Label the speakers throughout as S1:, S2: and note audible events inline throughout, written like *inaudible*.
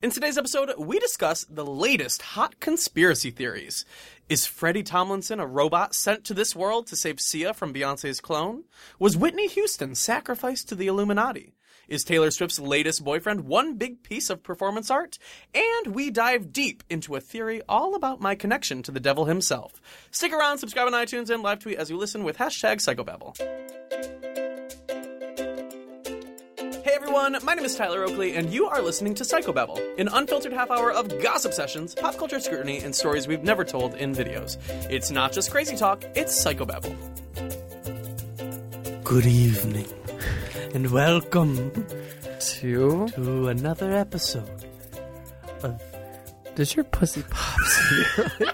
S1: In today's episode, we discuss the latest hot conspiracy theories. Is Freddie Tomlinson a robot sent to this world to save Sia from Beyonce's clone? Was Whitney Houston sacrificed to the Illuminati? Is Taylor Swift's latest boyfriend one big piece of performance art? And we dive deep into a theory all about my connection to the devil himself. Stick around, subscribe on iTunes, and live tweet as you listen with hashtag psychobabble. Hey everyone, my name is Tyler Oakley, and you are listening to Psychobabble, an unfiltered half hour of gossip sessions, pop culture scrutiny, and stories we've never told in videos. It's not just crazy talk, it's Psychobabble. Good evening, and welcome
S2: Two?
S1: to another episode.
S2: Does your pussy pop severely?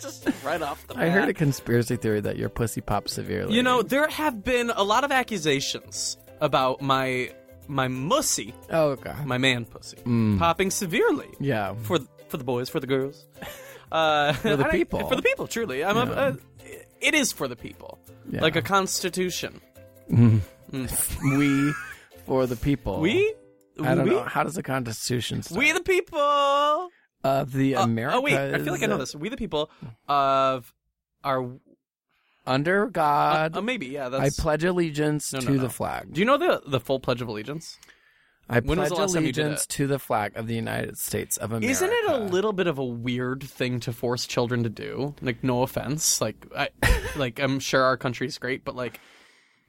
S1: Just *laughs* right off the bat.
S2: I heard a conspiracy theory that your pussy pops severely.
S1: You know, there have been a lot of accusations about my my mussy,
S2: Oh god.
S1: my man pussy,
S2: Mm.
S1: popping severely.
S2: Yeah.
S1: for th- for the boys, for the girls, uh, for *laughs*
S2: the people.
S1: for the people. Truly, I'm a, uh, it is for the people,
S2: Yeah. Oh.
S1: like a constitution.
S2: we for the people.
S1: We,
S2: I don't
S1: we,
S2: know. How does the Constitution start?
S1: we the people.
S2: of the America.
S1: Oh wait, I feel like I know this. We the people of our
S2: Under God,
S1: uh, maybe yeah.
S2: I
S1: That's.
S2: pledge allegiance
S1: No, no,
S2: to
S1: no.
S2: the flag.
S1: Do you know the the full Pledge of Allegiance?
S2: I
S1: when was
S2: pledge
S1: the last time you did
S2: allegiance
S1: it?
S2: to the flag of the United States of America.
S1: Isn't it a little bit of a weird thing to force children to do? Like, no offense, like
S2: *laughs*
S1: I, like I'm sure our country's great, but like,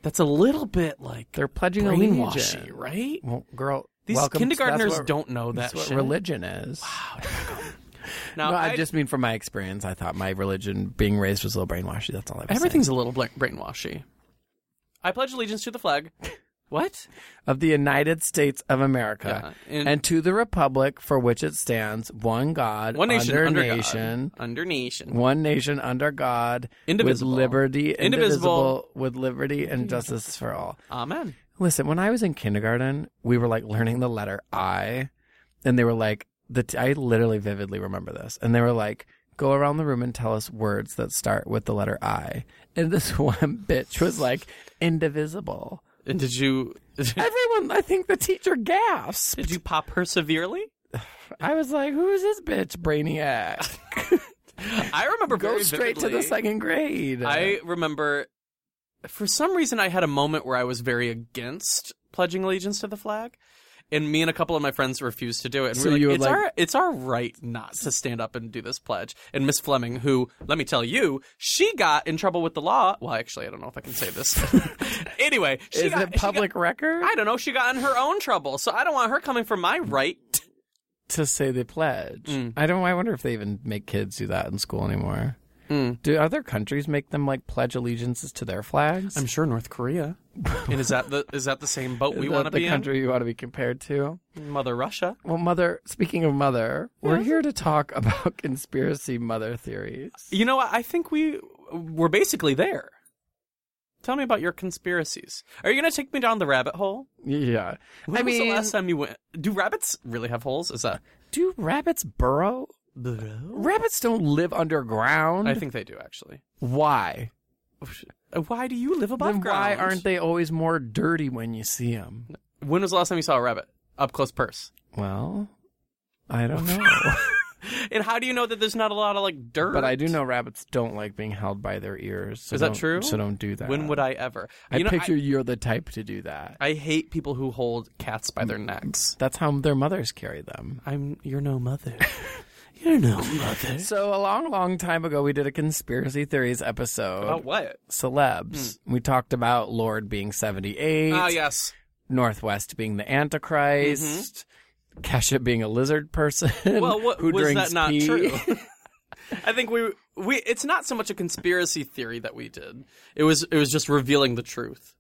S1: that's a little bit like
S2: They're pledging allegiance,
S1: brainwashy, right?
S2: Well, girl,
S1: These
S2: welcome-
S1: kindergartners
S2: that's what-
S1: don't know that
S2: That's what
S1: shit.
S2: religion is.
S1: now,
S2: No, I,
S1: I-
S2: just mean from my experience. I thought my religion, being raised, was a little brainwashy. That's all I was
S1: everything's a little bla- brainwashy. I pledge allegiance to the
S2: *laughs*
S1: flag. What?
S2: saying. of the United States of America
S1: Yeah, and-
S2: and to the republic for which it stands, one God,
S1: One nation
S2: under,
S1: under
S2: nation,
S1: God. Under nation.
S2: one nation under God,
S1: Indivisible.
S2: with liberty,
S1: Indivisible.
S2: indivisible, with liberty and justice for all.
S1: Amen.
S2: Listen, when I was in kindergarten, we were like learning the letter I, and they were like, the t- I literally vividly remember this, and they were like, go around the room and tell us words that start with the letter I. And this *laughs* one bitch was like, indivisible.
S1: And did you *laughs* did
S2: Everyone, I think the teacher gasped.
S1: you pop her severely?
S2: I was like, who is this bitch, brainiac?
S1: I remember *laughs*
S2: Go
S1: very
S2: straight to
S1: vividly-
S2: the second grade.
S1: I remember for some reason I had a moment where I was very against pledging allegiance to the flag. And me and a couple of my friends refused to do it. And
S2: So
S1: we
S2: you
S1: were like,
S2: were
S1: it's,
S2: like-
S1: our, it's our right not to stand up and do this pledge. And Miss Fleming, who, let me tell you, she got in trouble with the law. Well, actually, I don't know if I can say this. *laughs* anyway, she
S2: is
S1: got,
S2: it
S1: she got-
S2: public record
S1: I don't know. She got in her own trouble. So I don't want her coming for my right.
S2: to say the pledge?
S1: Mm.
S2: I don't. I wonder if they even make kids do that in school anymore.
S1: Mm.
S2: Do other countries make them like pledge allegiances to their flags?
S1: I'm sure North Korea. *laughs* and is that the is that the same boat we
S2: Is that
S1: want to
S2: the
S1: be
S2: country you want to be compared to.
S1: in? Mother Russia.
S2: Well, mother. Speaking of mother, we're here to talk *laughs* about conspiracy mother theories.
S1: You know what? I think we we're basically there. Tell me about your conspiracies. Are you going to take me down the rabbit hole?
S2: Yeah,
S1: When
S2: I
S1: was
S2: mean,
S1: the last time you went? Do rabbits really have holes? Is that?
S2: do rabbits burrow? Rabbits don't live underground.
S1: I think they do
S2: *laughs*
S1: actually.
S2: why? Uh,
S1: Why do you live above
S2: Then why
S1: ground?
S2: aren't they always more dirty when you see them?
S1: When was the last time you saw a rabbit up close purse?
S2: Well, I don't know.
S1: And how do you know that there's not a lot of like dirt?
S2: but I do know rabbits don't like being held by their ears. So
S1: Is that
S2: don't-
S1: true?
S2: So don't do that.
S1: When would I ever?
S2: I
S1: you know,
S2: picture you're the type to do that.
S1: I, I hate people who hold cats by their necks.
S2: That's how their mothers carry them.
S1: I'm. You're no mother. *laughs* you're no mother.
S2: So a long, long time ago, we did a conspiracy theories episode.
S1: About what?
S2: Celebs. We talked about Lord being 78,
S1: Ah, yes.
S2: Northwest being the Antichrist, Kesha being a lizard person
S1: Mm-hmm. Well, what,
S2: who
S1: was
S2: drinks
S1: that not
S2: pee.
S1: true? *laughs* I think we we it's not so much a conspiracy theory that we did. It was it was just revealing the truth.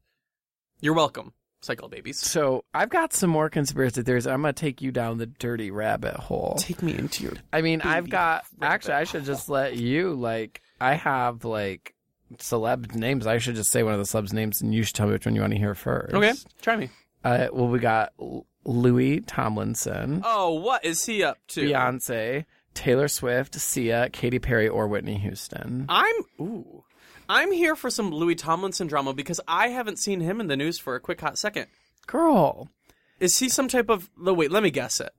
S1: You're welcome, psycho babies.
S2: So I've got some more conspiracy theories. I'm going to take you down the dirty rabbit hole.
S1: Take me into your
S2: I mean, I've
S1: Baby
S2: got
S1: rabbit
S2: actually. I
S1: *laughs*
S2: should just let you like. I have like celeb names. I should just say one of the celebs' names, and you should tell me which one you want to hear first.
S1: Okay, try me.
S2: Uh, well, we got L- Louis Tomlinson,
S1: Oh, what is he up to?
S2: Beyonce, Taylor Swift, Sia, Katy Perry, or Whitney Houston.
S1: I'm ooh. I'm here for some Louis Tomlinson drama because I haven't seen him in the news for a quick hot second.
S2: Girl,
S1: Is he some type of the wait, let me guess it.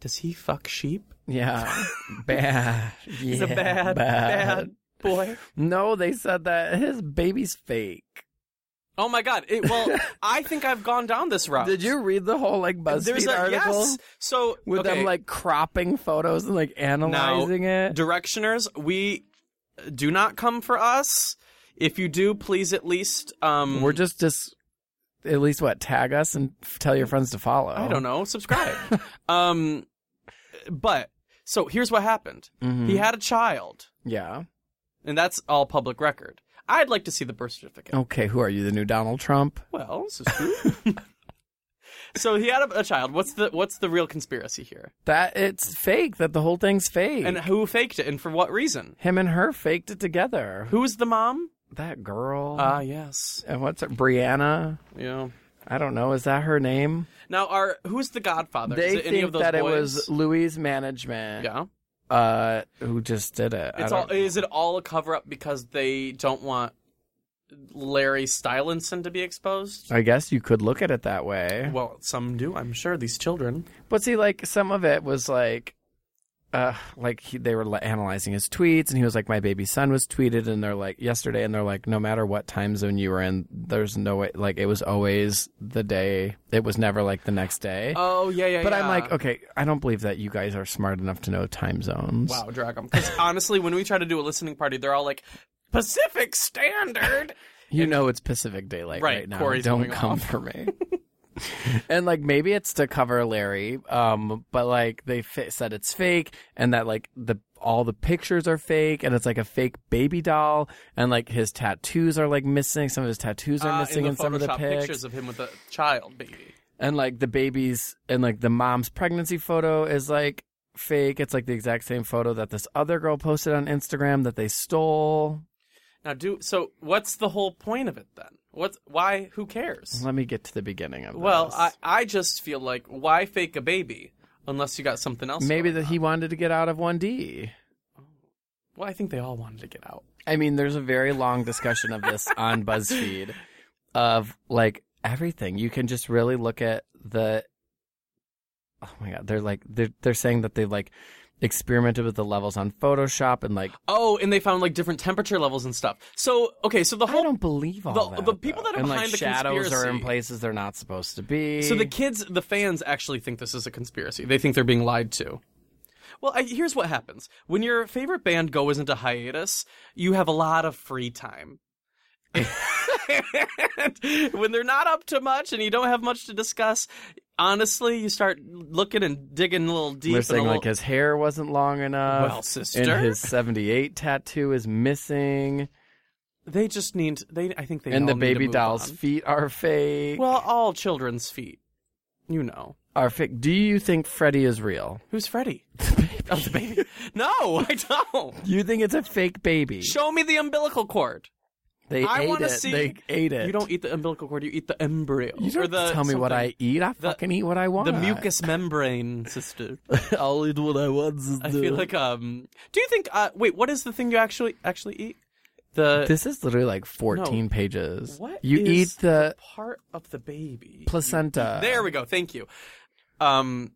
S1: Does he fuck sheep? *laughs*
S2: Yeah. bad. Yeah,
S1: He's a bad, bad, boy.
S2: No, they said that his baby's fake.
S1: Oh my god. It,
S2: *laughs*
S1: well, I think I've gone down this route.
S2: Did you read the whole like
S1: There's
S2: BuzzFeed
S1: a
S2: article
S1: yes. So
S2: with
S1: okay.
S2: them like cropping photos and like analyzing it?
S1: directioners we do not come for us if you do please at least um
S2: We're just just at least what tag us and f- tell your friends to follow.
S1: i don't know
S2: *laughs*
S1: subscribe um but so here's what happened
S2: Mm-hmm.
S1: he had a child
S2: Yeah.
S1: and that's all public record i'd like to see the birth certificate
S2: Okay. Who are you? The new Donald Trump?
S1: well this is true *laughs* so he had a, a child what's the what's the real conspiracy here
S2: That it's fake. That the whole thing's fake.
S1: and who faked it and for what reason
S2: him and her faked it together. Who?
S1: who is the mom
S2: That girl.
S1: ah yes
S2: and what's her? Brianna.
S1: yeah
S2: I don't know. Is that her name?
S1: now are who's the godfather
S2: they
S1: is it
S2: think
S1: any of those
S2: that
S1: boys?
S2: it was Louis' management.
S1: yeah
S2: Uh, who just did it? I
S1: It's
S2: don't-
S1: all, is it all a cover up because they don't want Larry Stylinson to be exposed?
S2: I guess you could look at it that way.
S1: Well, some do, I'm sure. These children.
S2: But see, like some of it was like, uh, like he, they were li- analyzing his tweets, and he was like, "My baby son was tweeted," and they're like, "Yesterday," and they're like, "No matter what time zone you were in, there's no way." Like it was always the day. It was never like the next day.
S1: Oh yeah, yeah.
S2: but
S1: yeah.
S2: I'm like, okay, I don't believe that you guys are smart enough to know time zones.
S1: wow, drag them. Because honestly, when we try to do a listening party, they're all like Pacific Standard.
S2: You know it's Pacific Daylight
S1: Right,
S2: right, now.
S1: Corey's
S2: Don't
S1: going
S2: come
S1: off. *laughs*
S2: for me. and like maybe it's to cover Larry, um, but like they fi- said it's fake and that like the all the pictures are fake and it's like a fake baby doll and like his tattoos are like missing. Some of his tattoos are
S1: Uh,
S2: missing
S1: in
S2: in
S1: the
S2: some of the
S1: Photoshop
S2: pics.
S1: pictures of him with a child baby.
S2: And like the baby's and like the mom's pregnancy photo is like fake. It's like the exact same photo that this other girl posted on Instagram that they stole.
S1: Now, do so. What's the whole point of it then? What's why? Who cares?
S2: Let me get to the beginning of
S1: Well,
S2: this.
S1: I I just feel like why fake a baby unless you got something else.
S2: Maybe
S1: going
S2: that
S1: on?
S2: he wanted to get out of 1D.
S1: Well, I think they all wanted to get out.
S2: I mean, there's a very long discussion of
S1: *laughs*
S2: this on BuzzFeed of like everything. You can just really look at the. Oh my god, they're like they're they're saying that they like experimented with the levels on Photoshop and like
S1: Oh, and they found like different temperature levels and stuff. So okay, so the
S2: I
S1: whole
S2: don't believe all
S1: Oh, the-
S2: that.
S1: the people
S2: though.
S1: that are
S2: and
S1: behind
S2: like
S1: the
S2: shadows are in
S1: conspiracy-
S2: places they're not supposed to be.
S1: so the kids, the fans actually think this is a conspiracy. They think they're being lied to. Well, I, here's what happens when your favorite band goes into hiatus, you have a lot of free time. and *laughs* when they're not up to much and you don't have much to discuss, honestly, you start looking and digging a little deep.
S2: They're
S1: and a
S2: saying
S1: little-
S2: like his hair wasn't long enough.
S1: Well, sister.
S2: and his '78 tattoo is missing,
S1: they just need. They, I think they.
S2: and the
S1: all need to
S2: baby
S1: move
S2: doll's
S1: on.
S2: feet are fake.
S1: Well, all children's feet. You know
S2: are fake. Do you think Freddy is real?
S1: who's
S2: *laughs*
S1: Freddy? Oh, the baby. No, I don't.
S2: You think it's a fake baby?
S1: Show me the umbilical cord.
S2: they
S1: I
S2: ate
S1: wanna
S2: it.
S1: see-
S2: They ate it.
S1: You don't eat the umbilical cord. You eat the embryo.
S2: You don't
S1: or the,
S2: tell me what I
S1: something.
S2: eat. I fucking eat what I want.
S1: The mucous membrane, sister.
S2: *laughs* I'll eat what I want. Sister.
S1: I feel like um. Do you think? Uh, wait, what is the thing you actually actually eat? The
S2: this is literally like 14 pages.
S1: what
S2: You
S1: is
S2: eat the
S1: part of the baby
S2: placenta.
S1: There we go. Thank you. Um,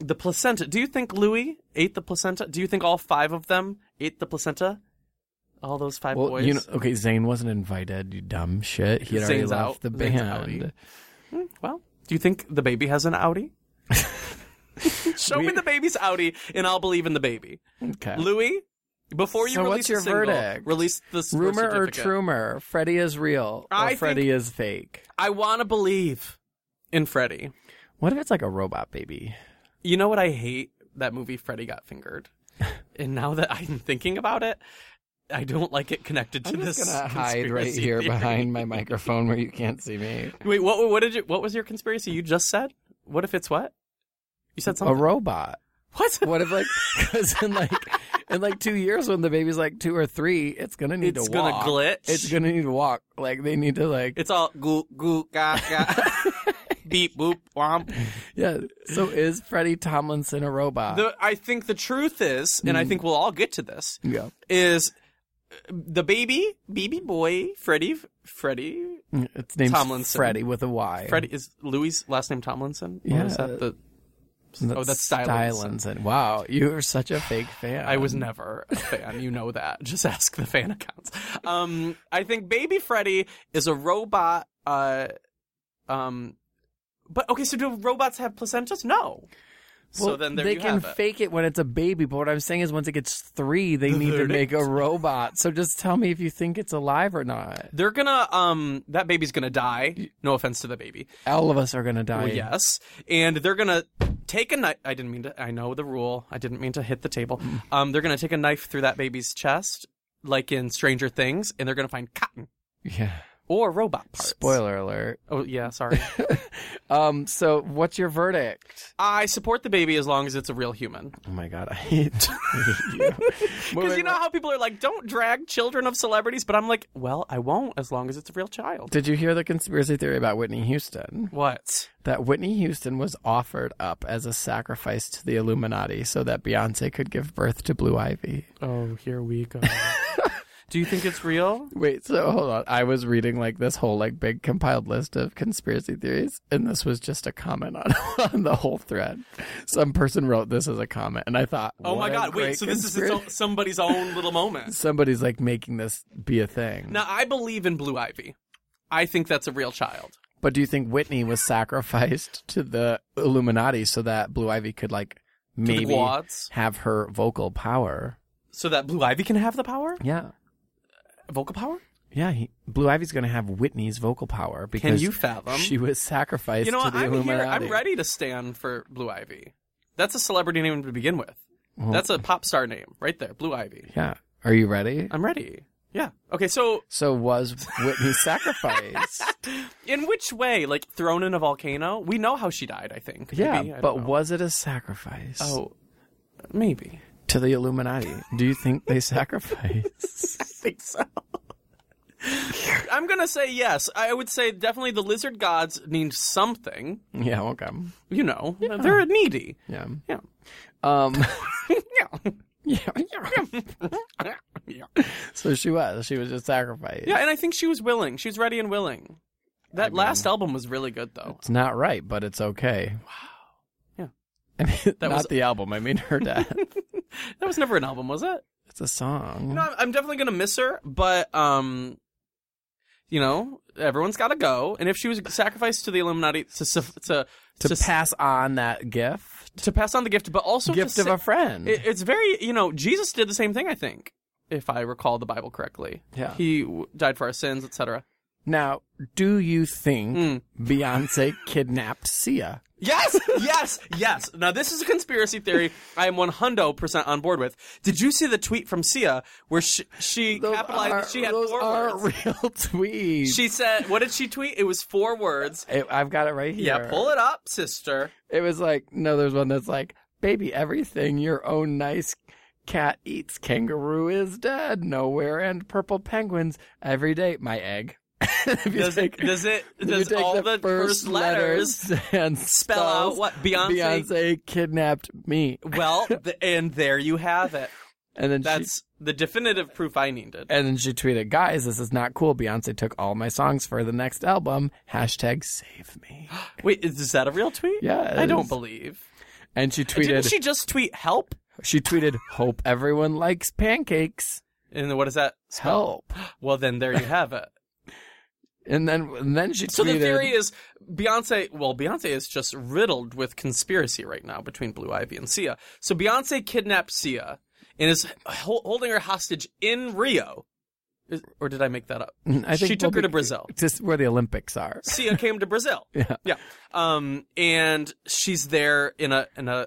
S1: the placenta. Do you think Louis ate the placenta? Do you think all five of them ate the placenta? All those five
S2: Well,
S1: boys.
S2: you know, okay, Zane wasn't invited. You dumb shit. He had already
S1: Zane's
S2: left
S1: out.
S2: the
S1: Zane's
S2: band.
S1: Well, do you think the baby has an Audi?
S2: *laughs*
S1: Show me
S2: We-
S1: the baby's Audi, and I'll believe in the baby.
S2: Okay.
S1: Louis, before you
S2: So
S1: release
S2: what's your
S1: a single,
S2: verdict?
S1: release the
S2: Rumor or
S1: true?
S2: trumor? Freddie is real or
S1: I think-
S2: Freddie is fake?
S1: I want to believe in Freddy.
S2: What if it's like a robot baby?
S1: You know what I hate? That movie Freddy Got
S2: *laughs*
S1: Fingered. and now that I'm thinking about it, I don't like it connected to
S2: I'm
S1: this.
S2: just gonna hide
S1: conspiracy
S2: right here
S1: theory.
S2: behind my microphone where you can't see me.
S1: Wait, what? What did you? What was your conspiracy? You just said. What if it's what? You said
S2: A
S1: something.
S2: robot.
S1: *laughs* what?
S2: What
S1: *laughs*
S2: if like *laughs* because in like in like two years when the baby's like two or three, it's gonna need
S1: It's
S2: to
S1: gonna
S2: walk.
S1: glitch.
S2: It's gonna need to walk. Like they need to like
S1: It's all goo goo ga *laughs* ga. Beep boop womp.
S2: yeah. So is Freddie Tomlinson a robot?
S1: The, I think the truth is, and
S2: Hmm.
S1: I think we'll all get to this,
S2: yeah.
S1: is uh, the baby, baby boy, Freddy, Freddy,
S2: It's named
S1: Tomlinson.
S2: Freddie with a Y.
S1: Freddy is Louis' last name Tomlinson. Or
S2: Yeah. uh,
S1: is that the Phillips. oh, that's Stylinson.
S2: Stylinson. Wow, you are such a fake fan.
S1: I was never a fan. You know that. Just ask the fan accounts. Um, I think Baby Freddy is a robot. Uh, um, but okay, so do robots have placentas? No. so
S2: Well,
S1: then there
S2: they
S1: you
S2: can
S1: have it.
S2: fake it when it's a baby, but what I'm saying is once it gets
S1: *laughs*
S2: three, they need to make a robot. So just tell me if you think it's alive or not.
S1: They're gonna um that baby's gonna die. No offense to the baby.
S2: All of us are gonna die.
S1: Well, yes, and they're gonna take a knife. I didn't mean to. I know the rule. I didn't mean to hit the table. Um, they're gonna take a knife through that baby's chest, like in Stranger Things, and they're gonna find cotton
S2: Yeah.
S1: or robot parts.
S2: Spoiler alert.
S1: Oh yeah, *laughs* sorry.
S2: Um. So what's your verdict?
S1: I support the baby as long as it's a real human.
S2: Oh my god, I hate, *laughs* I hate you.
S1: Because
S2: Moving
S1: you know how people are like, don't drag children of celebrities, but I'm like, well, I won't as long as it's a real child.
S2: Did you hear the conspiracy theory about Whitney Houston?
S1: What?
S2: That Whitney Houston was offered up as a sacrifice to the Illuminati so that Beyonce could give birth to Blue Ivy.
S1: Oh, here we *laughs* go. Do you think it's real?
S2: Wait, so hold on. I was reading like this whole like big compiled list of conspiracy theories, and this was just a comment on, *laughs* on the whole thread. Some person wrote this as a comment, and I thought,
S1: Oh my
S2: what a
S1: god, wait,
S2: great
S1: so this is its
S2: conspiracy-
S1: own, somebody's own little moment.
S2: somebody's like making this be a thing.
S1: Now, I believe in Blue Ivy. I think that's a real child.
S2: But do you think Whitney was sacrificed to the Illuminati so that Blue Ivy could like
S1: To the
S2: maybe
S1: quads.
S2: have her vocal power?
S1: So that Blue Ivy can have the power?
S2: Yeah.
S1: Vocal power?
S2: Yeah, he, Blue Ivy's going to have Whitney's vocal power
S1: Can
S2: because
S1: you fathom?
S2: she was sacrificed
S1: you know
S2: to
S1: what?
S2: the
S1: I'm here.
S2: Illuminati.
S1: I'm ready to stand for Blue Ivy. That's a celebrity name to begin with. That's a pop star name right there, Blue Ivy.
S2: Yeah. Are you ready?
S1: I'm ready. Yeah. Okay, so
S2: So was
S1: *laughs*
S2: Whitney sacrificed?
S1: in which way? Like thrown in a volcano? We know how she died, I think.
S2: yeah,
S1: Maybe. I don't
S2: but
S1: know.
S2: was it a sacrifice
S1: Oh, maybe.
S2: to the Illuminati? Do you think they *laughs* sacrificed? *laughs*
S1: think so. I'm gonna say yes. I would say definitely the lizard gods need something.
S2: yeah, okay.
S1: You know, they're needy.
S2: Yeah.
S1: Yeah. *laughs*
S2: Um *laughs*
S1: Yeah.
S2: yeah, yeah.
S1: *laughs* yeah.
S2: So she was. She was just sacrificed.
S1: Yeah, and I think she was willing. She was ready and willing. That last album was really good, though.
S2: It's not right, but it's okay. Wow.
S1: Yeah.
S2: *laughs* I mean, not
S1: was-
S2: the album. I mean
S1: *laughs*
S2: her death.
S1: That was never an album, was it?
S2: it's a song.
S1: No, I'm- I'm definitely gonna miss her, but um, you know, everyone's gotta go. And if she was sacrificed to the Illuminati to s- to
S2: to
S1: to, s-
S2: pass on that gift,
S1: to pass on the gift, but also
S2: gift
S1: to
S2: of
S1: sa-
S2: a friend.
S1: It, it's very, you know, Jesus did the same thing, I think, if I recall the Bible correctly.
S2: Yeah.
S1: He w- died for our sins, etc.
S2: now, do you think
S1: Mm.
S2: Beyonce kidnapped Sia?
S1: Yes, yes, yes. Now, this is a conspiracy theory I am 100% on board with. Did you see the tweet from Sia where she, she capitalized
S2: are,
S1: that she had
S2: those
S1: four
S2: are
S1: words?
S2: *laughs* real tweets.
S1: She said, what did she tweet? It was four words.
S2: I- I've got it right here.
S1: Yeah, pull it up, sister.
S2: It was like no, there's one that's like, baby, everything your own nice cat eats. Kangaroo is dead. Nowhere and purple penguins every day. My egg. *laughs* if you
S1: Does,
S2: take-
S1: does it,
S2: if you
S1: does
S2: take
S1: all the, first
S2: *laughs*
S1: letters
S2: and
S1: spell out
S2: spells,
S1: what Beyonce?
S2: Beyonce kidnapped me,
S1: Well, th- and there you have it.
S2: and then she
S1: That's the definitive proof I needed.
S2: And then she tweeted, "Guys, this is not cool. Beyonce took all my songs for the next album. Hashtag save
S1: *gasps*
S2: me."
S1: Wait, is, is that a real tweet?
S2: Yes.
S1: I don't believe.
S2: And she
S1: Didn't
S2: tweeted, she-,
S1: she just tweet help?
S2: tweeted, "Hope everyone likes pancakes.
S1: And then what does that spell?
S2: Help."
S1: Well, then there you have it.
S2: And then, and then she
S1: *laughs* So
S2: tweeted,
S1: the theory is Beyonce. Well, Beyonce is just riddled with conspiracy right now between Blue Ivy and Sia. So Beyonce kidnapped Sia and is hol- holding her hostage in Rio. Is- Or did I make that up?
S2: *clears throat* I think
S1: she took
S2: we'll
S1: her to
S2: be-
S1: Brazil.
S2: "Just where the Olympics are."
S1: Sia came to Brazil.
S2: Yeah.
S1: *laughs* Yeah. Um, and she's there in a in a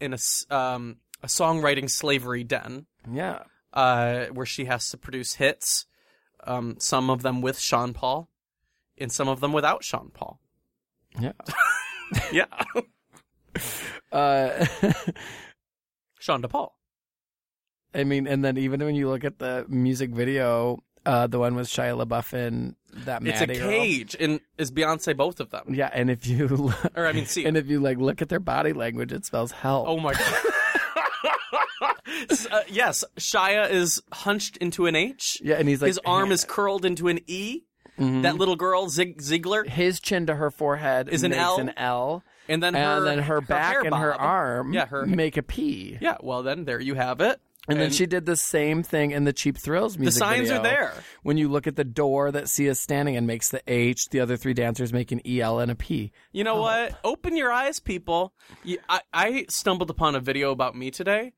S1: in a s- um a songwriting slavery den.
S2: Yeah.
S1: uh, where she has to produce hits, um, some of them with Sean Paul, and some of them without Sean Paul.
S2: Yeah.
S1: *laughs* Yeah,
S2: Uh, *laughs*
S1: Sean DePaul.
S2: I mean, and then even when you look at the music video, uh, the one with Shia LaBeouf and that
S1: It's
S2: Maddie
S1: a
S2: girl.
S1: cage, and is Beyonce both of them?
S2: Yeah, and if you *laughs* look,
S1: Or I mean, see.
S2: and if you like look at their body language, it spells help.
S1: oh my god. S- uh, yes, Shia is hunched into an H.
S2: Yeah, and he's like *laughs* Mm-hmm.
S1: His arm is curled into an E. That little girl, Zig Ziglar,
S2: His chin to her forehead
S1: Is an
S2: makes
S1: L.
S2: an L,
S1: and then
S2: and
S1: her,
S2: then her, back
S1: hair
S2: and her
S1: bob.
S2: arm
S1: Yeah, her-
S2: make a P.
S1: Yeah, well then there you have it.
S2: And, then she did the same thing in the Cheap Thrills
S1: the
S2: music
S1: signs
S2: video.
S1: are there.
S2: When you look at the door that Sia's standing in makes the H, the other three dancers make an EL and a P.
S1: You know what? Open your eyes, people. You- I, I stumbled upon a video about me today,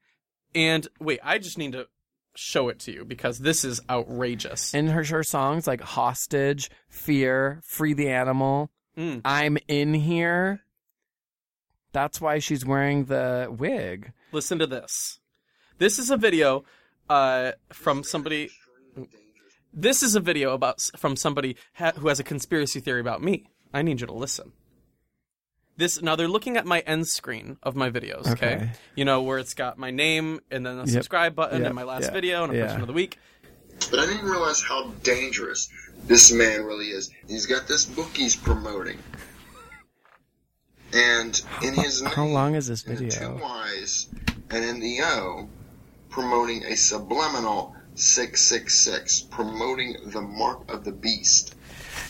S1: and wait, I just need to show it to you because this is outrageous.
S2: In her, her songs like Hostage, Fear, Free the Animal,
S1: Mm.
S2: I'm in here. That's why she's wearing the wig.
S1: Listen to this. This is a video uh, from somebody. This is a video about s- from somebody ha- who has a conspiracy theory about me. I need you to listen. This now they're looking at my end screen of my videos. Okay,
S2: Okay.
S1: you know where it's got my name and then a subscribe button
S2: Yep.
S1: and my last
S2: Yeah.
S1: video and a
S2: Yeah.
S1: person of the week.
S3: But I didn't realize how dangerous this man really is. He's got this book he's promoting. And in
S2: *laughs*
S3: his
S2: How
S3: name,
S2: long is this
S3: in the two
S2: video?
S3: Y's and in the O, promoting a subliminal 666, promoting the mark of the beast.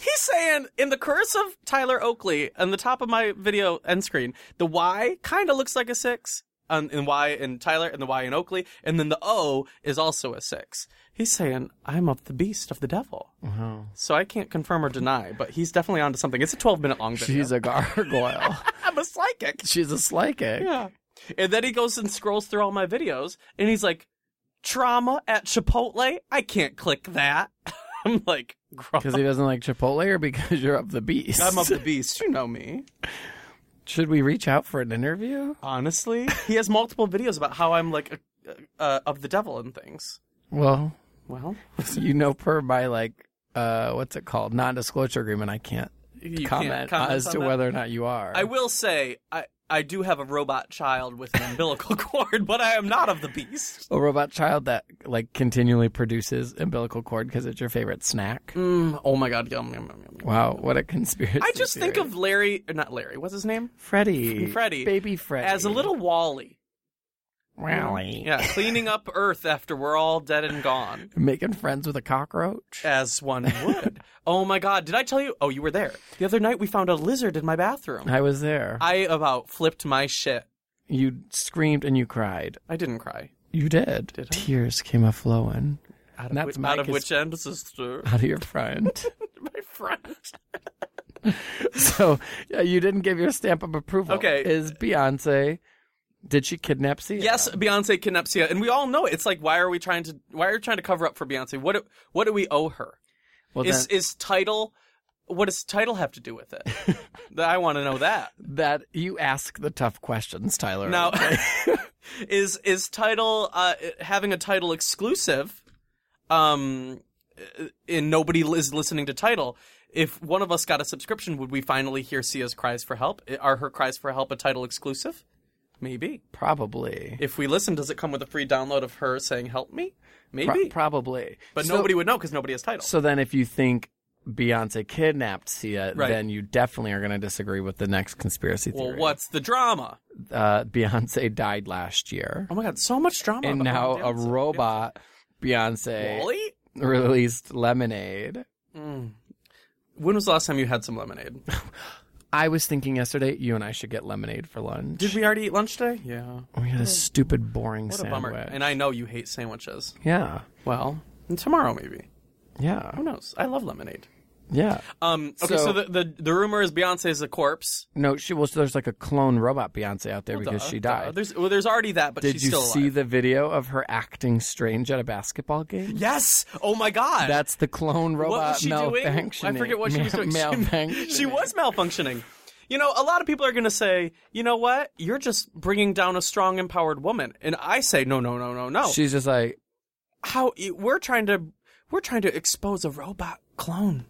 S1: He's saying in the curse of Tyler Oakley on the top of my video end screen, the Y kind of looks like a six, um, and Y in Tyler, and the Y in Oakley, and then the O is also a six. He's saying I'm of the beast of the devil,
S2: Wow.
S1: so I can't confirm or deny, but he's definitely onto something. It's a 12 minute long video.
S2: She's a gargoyle.
S1: *laughs* I'm a psychic.
S2: she's a psychic.
S1: Yeah. And then he goes and scrolls through all my videos, and he's like, "Trauma at Chipotle? I can't click that." *laughs* I'm like, "Gross."
S2: Because he doesn't like Chipotle or because you're up the beast?
S1: I'm of
S2: *laughs*
S1: the beast. You know me.
S2: Should we reach out for an interview?
S1: Honestly, *laughs* he has multiple videos about how I'm like a, uh, of the devil and things.
S2: Well,
S1: Well,
S2: *laughs* you know, per my like, uh, what's it called, non-disclosure agreement, I can't
S1: you
S2: comment,
S1: can't comment
S2: as
S1: on
S2: to
S1: that.
S2: whether or not you are.
S1: I will say I I do have a robot child with an umbilical *laughs* cord, but I am not of the beast.
S2: a robot child that like continually produces umbilical cord because it's your favorite snack.
S1: Mm, oh my god, yum yum yum yum. yum.
S2: Wow, what a conspiracy!
S1: I just think
S2: theory.
S1: of Larry, or not Larry. What's his name?
S2: Freddy,
S1: Freddy
S2: baby Freddy,
S1: As a little Wally.
S2: Wally.
S1: *laughs* Yeah, cleaning up Earth after we're all dead and gone.
S2: making friends with a cockroach.
S1: As one would. *laughs* oh my god, did I tell you? Oh, you were there. The other night we found a lizard in my *laughs* bathroom.
S2: I was there.
S1: I about flipped my shit.
S2: you screamed and you cried.
S1: I didn't cry.
S2: You did.
S1: Did I?
S2: Tears came a flowing
S1: Out
S2: And
S1: of,
S2: that's
S1: which, out of
S2: Micah's-
S1: which end, sister?
S2: out of your front.
S1: *laughs* My friend.
S2: *laughs* So yeah, you didn't give your stamp of approval.
S1: Okay.
S2: Is Beyonce? Did she kidnap Sia?
S1: Yes, Beyonce Knepsia, and we all know it. It's like, why are we trying to? Why are we trying to cover up for Beyonce? What? do- What do we owe her?
S2: Well,
S1: is
S2: then,
S1: is title? What does title have to do with
S2: *laughs*
S1: it? That- I want to know that
S2: that you ask the tough questions, Tyler.
S1: now. *laughs* is is title uh, having a title exclusive? Um, and nobody is listening to title. If one of us got a subscription, would we finally hear Sia's cries for help? Are her cries for help a title exclusive? Maybe.
S2: probably.
S1: If we listen, does it come with a free download of her saying "Help me"? Maybe,
S2: Pro- probably.
S1: but
S2: So-
S1: nobody would know because nobody has title.
S2: So then, if you think Beyonce kidnapped Sia,
S1: Right.
S2: then you definitely are going to disagree with the next conspiracy
S1: well,
S2: theory.
S1: what's the drama?
S2: Uh, Beyonce died last year,
S1: Oh my god, so much drama!
S2: and
S1: about
S2: now a
S1: Beyonce.
S2: robot Beyonce
S1: Wally.
S2: released Lemonade.
S1: Mm. When was the last time you had some lemonade?
S2: I was thinking yesterday, you and I should get lemonade for
S1: *laughs*
S2: lunch.
S1: Did we already eat lunch today? Yeah.
S2: We had a Oh, stupid, boring
S1: What a
S2: sandwich.
S1: bummer. And I know you hate sandwiches.
S2: yeah,
S1: Well, and tomorrow maybe.
S2: yeah,
S1: Who knows? I love lemonade.
S2: yeah.
S1: Um, okay, so,
S2: So-
S1: the, the the rumor is Beyonce is a corpse.
S2: No, she was. There's like a clone robot Beyonce out there because
S1: Duh,
S2: she
S1: duh.
S2: died.
S1: There's well, there's already that, but
S2: Did
S1: she's
S2: you
S1: still
S2: see
S1: alive.
S2: the video of her acting strange at a basketball game?
S1: Yes. Oh my God.
S2: That's the clone robot
S1: what was she doing?
S2: malfunctioning.
S1: I forget what she was
S2: *laughs*
S1: doing.
S2: Mal-
S1: She, *laughs*
S2: malfunctioning.
S1: she was malfunctioning. You know, a lot of people are going to say, you know what? You're just bringing down a strong, empowered woman. And I say, no, no, no, no, no.
S2: She's just like,
S1: How e, we're trying to we're trying to expose a robot clone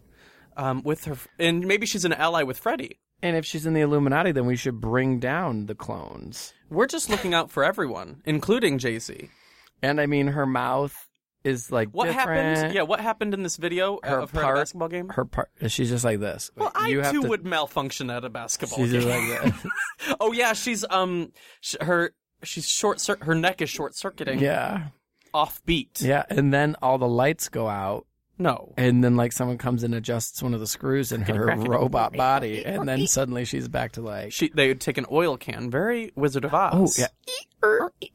S1: um, with her, and maybe she's an ally with Freddy.
S2: and if she's in the Illuminati, then we should bring down the clones.
S1: We're just looking out for everyone, including Jay Z.
S2: And I mean, her mouth is like
S1: What
S2: different.
S1: happened? Yeah, what happened in this video uh,
S2: Her
S1: of her at a
S2: part-
S1: basketball game?
S2: Her part. She's just like this.
S1: well, I
S2: you have
S1: too
S2: to,
S1: would malfunction at a basketball
S2: She's
S1: game. *laughs*
S2: just like this.
S1: Oh yeah, she's um sh- her she's short cir- her neck is short circuiting
S2: *laughs* yeah.
S1: off beat.
S2: Yeah, and then all the lights go out
S1: No.
S2: and then like someone comes and adjusts one of the screws in her
S1: crackety.
S2: robot body, and then suddenly she's back to like
S1: She, they would take an oil can, very Wizard of Oz.
S2: oh yeah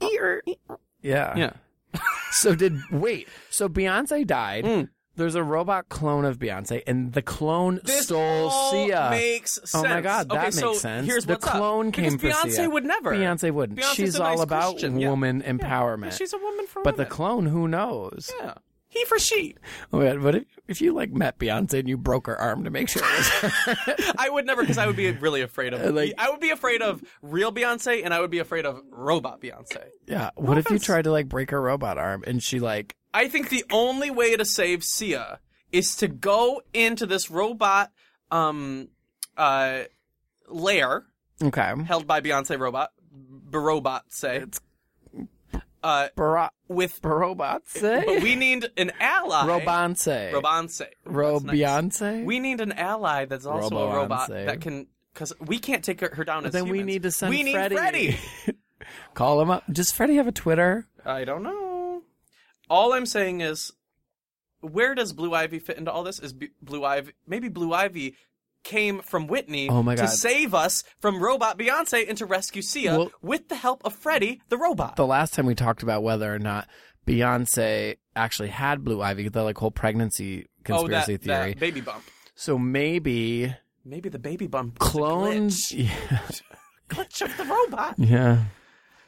S2: yeah
S1: Yeah.
S2: So did wait? So Beyonce died.
S1: Mm.
S2: There's a robot clone of Beyonce, and the clone
S1: This
S2: stole
S1: all
S2: Sia.
S1: makes sense.
S2: Oh my God, that
S1: okay,
S2: makes
S1: so
S2: sense.
S1: Here's
S2: the
S1: what's
S2: clone
S1: up.
S2: came
S1: because
S2: for
S1: Beyonce
S2: Sia.
S1: would never.
S2: Beyonce wouldn't.
S1: Beyonce's
S2: she's
S1: a
S2: all
S1: nice
S2: about
S1: Christian, yeah.
S2: woman
S1: Yeah.
S2: empowerment.
S1: She's a woman for
S2: but the
S1: women.
S2: clone, who knows?
S1: yeah. He for she.
S2: Oh my God, what if, if you like met Beyonce and you broke her arm to make sure it
S1: *laughs*
S2: was her?
S1: I would never, because I would be really afraid of.
S2: *laughs* Like-
S1: I would be afraid of real Beyonce, and I would be afraid of robot Beyonce.
S2: yeah. What if you
S1: offense.
S2: tried to like break her robot arm and she like
S1: I think the only way to save Sia is to go into this robot um uh lair
S2: okay
S1: held by Beyonce robot, b- robot say,
S2: It's-
S1: uh,
S2: Bar-
S1: with. But
S2: Barobotse *laughs*
S1: we need an ally.
S2: Robonce
S1: Robonce.
S2: Ro
S1: That's nice.
S2: Beyonce.
S1: We need an ally that's also a robot
S2: Robo-once.
S1: that can, because we can't take her down as
S2: then we
S1: humans.
S2: need to send
S1: We need
S2: Freddy.
S1: Freddy.
S2: *laughs* Call him up. Does Freddie have a Twitter?
S1: I don't know. All I'm saying is, where does Blue Ivy fit into all this? Is B- Blue Ivy maybe Blue Ivy came from Whitney
S2: Oh my
S1: to
S2: God.
S1: save us from robot Beyonce and to rescue Sia
S2: Well-
S1: with the help of Freddy the robot?
S2: The last time we talked about whether or not Beyonce actually had blue ivy, the like whole pregnancy
S1: oh, that,
S2: conspiracy theory.
S1: that baby bump.
S2: So maybe
S1: Maybe the baby bump was a
S2: clones. *laughs*
S1: glitch.
S2: Yeah.
S1: glitch of the robot.
S2: yeah.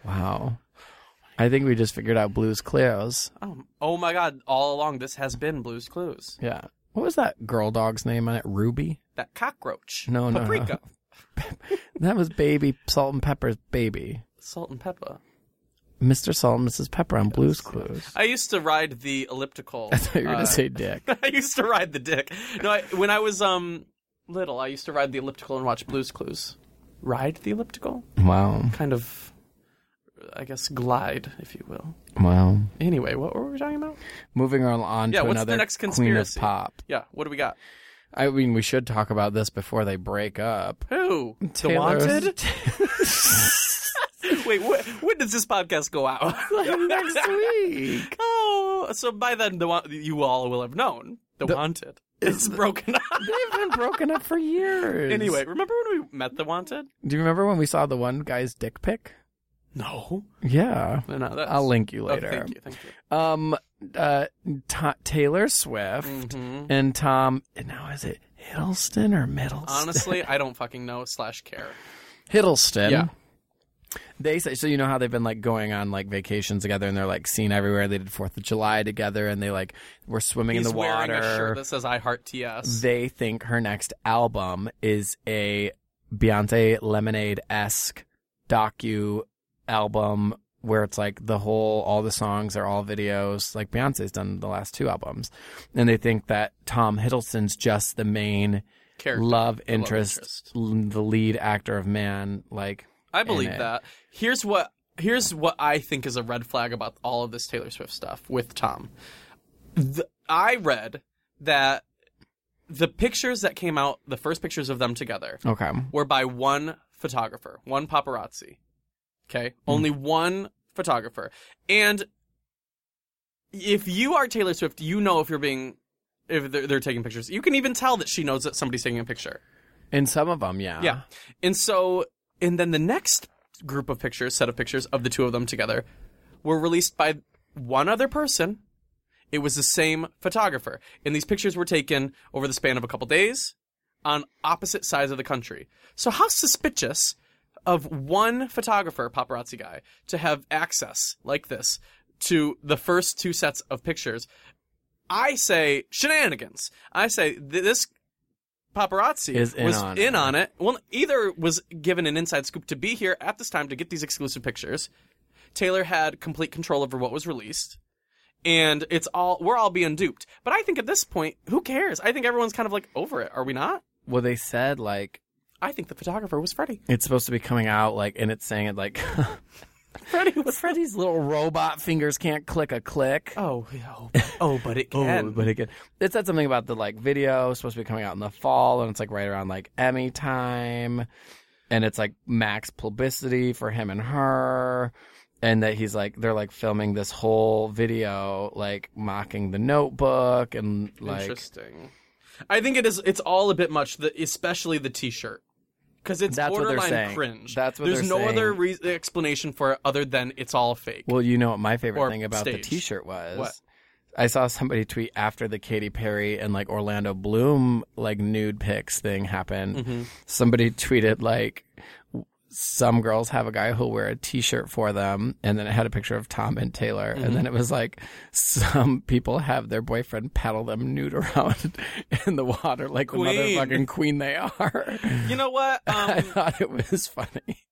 S2: Wow. I think we just figured out Blue's Cleos.
S1: Oh, oh my God! All along, this has been Blue's Clues.
S2: Yeah. What was that girl dog's name on it? Ruby?
S1: That cockroach.
S2: No, no, no.
S1: paprika,
S2: That was Baby Salt and Pepper's baby.
S1: salt and pepper.
S2: Mr. Salt and Mrs. Pepper on Blue's Clues. *laughs*
S1: I used to ride the elliptical.
S2: I thought you were going
S1: uh,
S2: to
S1: *laughs*
S2: say Dick.
S1: I used to ride the dick. No, I, when I was um little, I used to ride the elliptical and watch Blue's Clues. Ride the elliptical,
S2: Wow.
S1: kind of, I guess, glide, if you will.
S2: Wow.
S1: Anyway, what were we talking about?
S2: Moving on, on
S1: Yeah,
S2: to
S1: what's the
S2: another
S1: next
S2: Queen of
S1: conspiracy?
S2: Pop.
S1: Yeah, what do we got?
S2: I mean, we should talk about this before they
S1: *laughs*
S2: break up.
S1: Who? The
S2: Taylor- *laughs*
S1: Wanted. Wait, wh- when does this podcast go
S2: *laughs*
S1: out?
S2: next week.
S1: *laughs* Oh, so by then, the wa- you all will have known the,
S2: *laughs*
S1: Wanted is broken up.
S2: They've been broken up for years.
S1: anyway, remember when we met the Wanted?
S2: do you remember when we saw the one guy's dick pic?
S1: No,
S2: Yeah.
S1: no, that's...
S2: I'll link you
S1: Oh,
S2: later.
S1: thank you, thank you.
S2: Um, uh, Ta Taylor Swift
S1: Mhm.
S2: and Tom. Now is it Hiddleston or Middleston?
S1: Honestly, I don't fucking know slash care.
S2: Hiddleston.
S1: Yeah.
S2: They say so. You know how they've been like going on like vacations together, and they're like seen everywhere. They did Fourth of July together, and they like were swimming
S1: He's
S2: in the water.
S1: wearing a shirt that says "I Heart TS."
S2: they think her next album is a Beyonce Lemonade esque docu album where it's like the whole all the songs are all videos like Beyonce's done the last two albums and they think that Tom Hiddleston's just the main
S1: Character,
S2: love
S1: the love
S2: interest, l- the lead actor of man like
S1: I believe
S2: in it.
S1: that. Here's what here's what I think is a red flag about all of this Taylor Swift stuff with Tom. The, I read that the pictures that came out, the first pictures of them together,
S2: okay
S1: were by one photographer, one paparazzi. Okay? Only one photographer. And if you are Taylor Swift, you know if you're being if they're, they're taking pictures. You can even tell that she knows that somebody's taking a picture.
S2: in some of them yeah
S1: Yeah. And so and then the next group of pictures, set of pictures of the two of them together were released by one other person. It was the same photographer. And these pictures were taken over the span of a couple days on opposite sides of the country. So how suspicious of one photographer, paparazzi guy, to have access like this to the first two sets of pictures. I say shenanigans. I say th- this paparazzi
S2: Is in
S1: was
S2: on
S1: in
S2: it.
S1: on it. Well, either was given an inside scoop to be here at this time to get these exclusive pictures. Taylor had complete control over what was released and it's all we're all being duped. But I think at this point, who cares? I think everyone's kind of like over it. Are we not?
S2: well they said like
S1: I think the photographer was Freddy.
S2: it's supposed to be coming out like and it's saying it like *laughs*
S1: Freddy was.
S2: Freddie's little robot fingers can't click a click
S1: Oh, yeah, oh, oh, but it can.
S2: *laughs* Oh, but again, it said something about the like video supposed to be coming out in the fall, and it's like right around like Emmy time, and it's like max publicity for him and her, and that he's like they're like filming this whole video like mocking the notebook and like
S1: Interesting. I think it is. It's all a bit much, the, especially the T-shirt, because it's
S2: That's what they're
S1: borderline
S2: saying.
S1: cringe.
S2: That's what
S1: There's
S2: they're
S1: no
S2: saying.
S1: other re- explanation for it other than it's all fake.
S2: Well, you know what my favorite
S1: Or
S2: thing about
S1: staged.
S2: the T-shirt was.
S1: What?
S2: I saw somebody tweet after the Katy Perry and like Orlando Bloom like nude pics thing happened.
S1: Mm-hmm.
S2: Somebody tweeted like w- some girls have a guy who'll wear a T-shirt for them, and then it had a picture of Tom and Taylor,
S1: Mm-hmm.
S2: and then it was like some people have their boyfriend paddle them nude *laughs* around in the water like
S1: Queen.
S2: the motherfucking queen they are. *laughs*
S1: you know what?
S2: I
S1: Um,
S2: thought it was funny.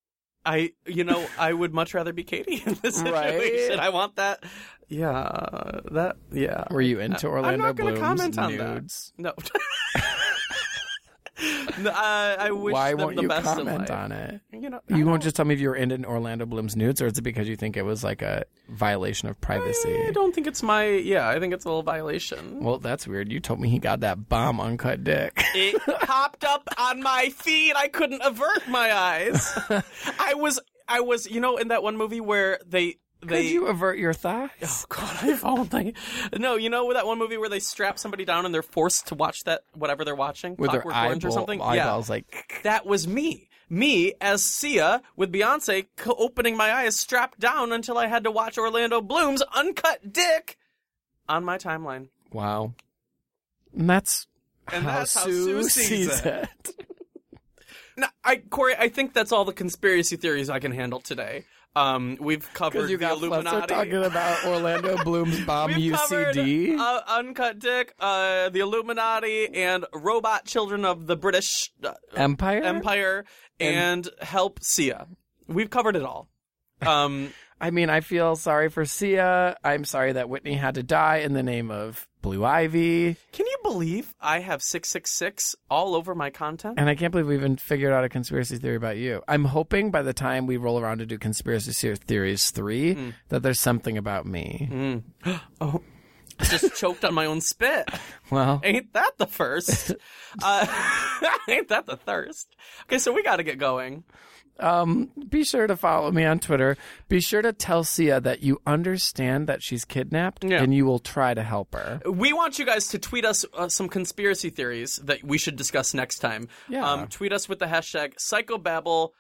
S1: I, you know, I would much rather be Katie in this
S2: Right?
S1: situation. I want that. Yeah, that. Yeah.
S2: Were you into Orlando
S1: I'm not gonna
S2: Bloom's
S1: comment on
S2: nudes?
S1: that. No. *laughs* No, I, I wish
S2: Why
S1: them
S2: won't
S1: the
S2: you
S1: best in
S2: comment
S1: life.
S2: on it?
S1: You know, I
S2: You won't
S1: don't-
S2: just tell me if you were in Orlando Bloom's nudes, or is it because you think it was like a violation of
S1: I
S2: privacy?
S1: don't think it's my. Yeah, I think it's a little violation.
S2: Well, that's weird. You told me he got that bomb
S1: *laughs*
S2: uncut dick.
S1: It popped up on my feed. I couldn't avert my eyes. I was, I was, you know, in that one movie where they, they.
S2: Did you avert your thighs?
S1: Oh God! *laughs* If
S2: *laughs*
S1: only. No, you know that one movie where they strap somebody down and they're forced to watch that whatever they're watching,
S2: With their
S1: Clockwork Orange or
S2: eyeball-
S1: something. Yeah,
S2: eyeballs, like
S1: that was me. Me as Sia with Beyonce co- opening my eyes strapped down until I had to watch Orlando Bloom's uncut dick on my timeline.
S2: wow. And that's
S1: And
S2: how,
S1: that's how Sue
S2: Sue,
S1: sees
S2: sees
S1: it.
S2: it.
S1: No, I Corey, I think that's all the conspiracy theories I can handle today. Um, we've covered
S2: Because you got
S1: the
S2: Fletcher
S1: Illuminati.
S2: talking about
S1: *laughs*
S2: Orlando Bloom's bomb
S1: We've
S2: UCD.
S1: covered uh, Uncut Dick, uh, the Illuminati, and Robot Children of the British uh,
S2: Empire?
S1: Empire, and, Help Sia. We've covered it all. Um,
S2: I mean, I feel sorry for Sia. I'm sorry that Whitney had to die in the name of Blue Ivy.
S1: *laughs* can you believe I have 666 all over my content?
S2: And I can't believe we even figured out a conspiracy theory about you. I'm hoping by the time we roll around to do conspiracy se- theories three,
S1: Mm.
S2: that there's something about me.
S1: *laughs* Just choked on my own spit.
S2: Well,
S1: Ain't that the *laughs* first? uh, *laughs* ain't that the thirst? Okay, so we got to get going.
S2: um, be sure to follow me on Twitter. Be sure to tell Sia that you understand that she's kidnapped
S1: Yeah.
S2: and you will try to help her.
S1: We want you guys to tweet us uh, some conspiracy theories that we should discuss next time.
S2: Yeah.
S1: Um, tweet us with the hashtag psychobabble,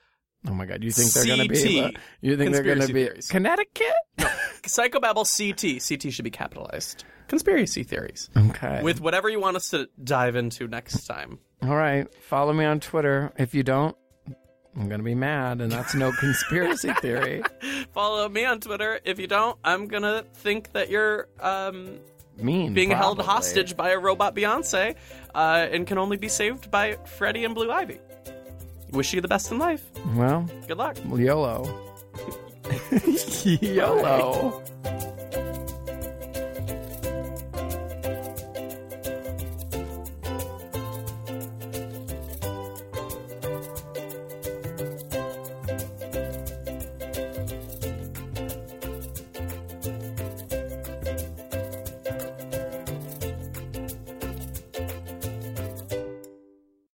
S2: Oh my God. You think they're going to
S1: CT.
S2: be, you think they're going
S1: Conspiracy
S2: to be
S1: theories.
S2: Connecticut?
S1: *laughs* psychobabble CT. CT should be capitalized. Conspiracy theories
S2: Okay.
S1: with whatever you want us to dive into next time.
S2: All right. Follow me on Twitter. If you don't, I'm going to be mad. And that's no conspiracy theory.
S1: Follow me on Twitter. If you don't, I'm gonna think that you're um,
S2: Mean.
S1: being held
S2: probably.
S1: hostage by a robot Beyonce, uh, and can only be saved by Freddie and Blue Ivy. Wish you the best in life.
S2: Well,
S1: Good luck.
S2: *laughs* YOLO. YOLO.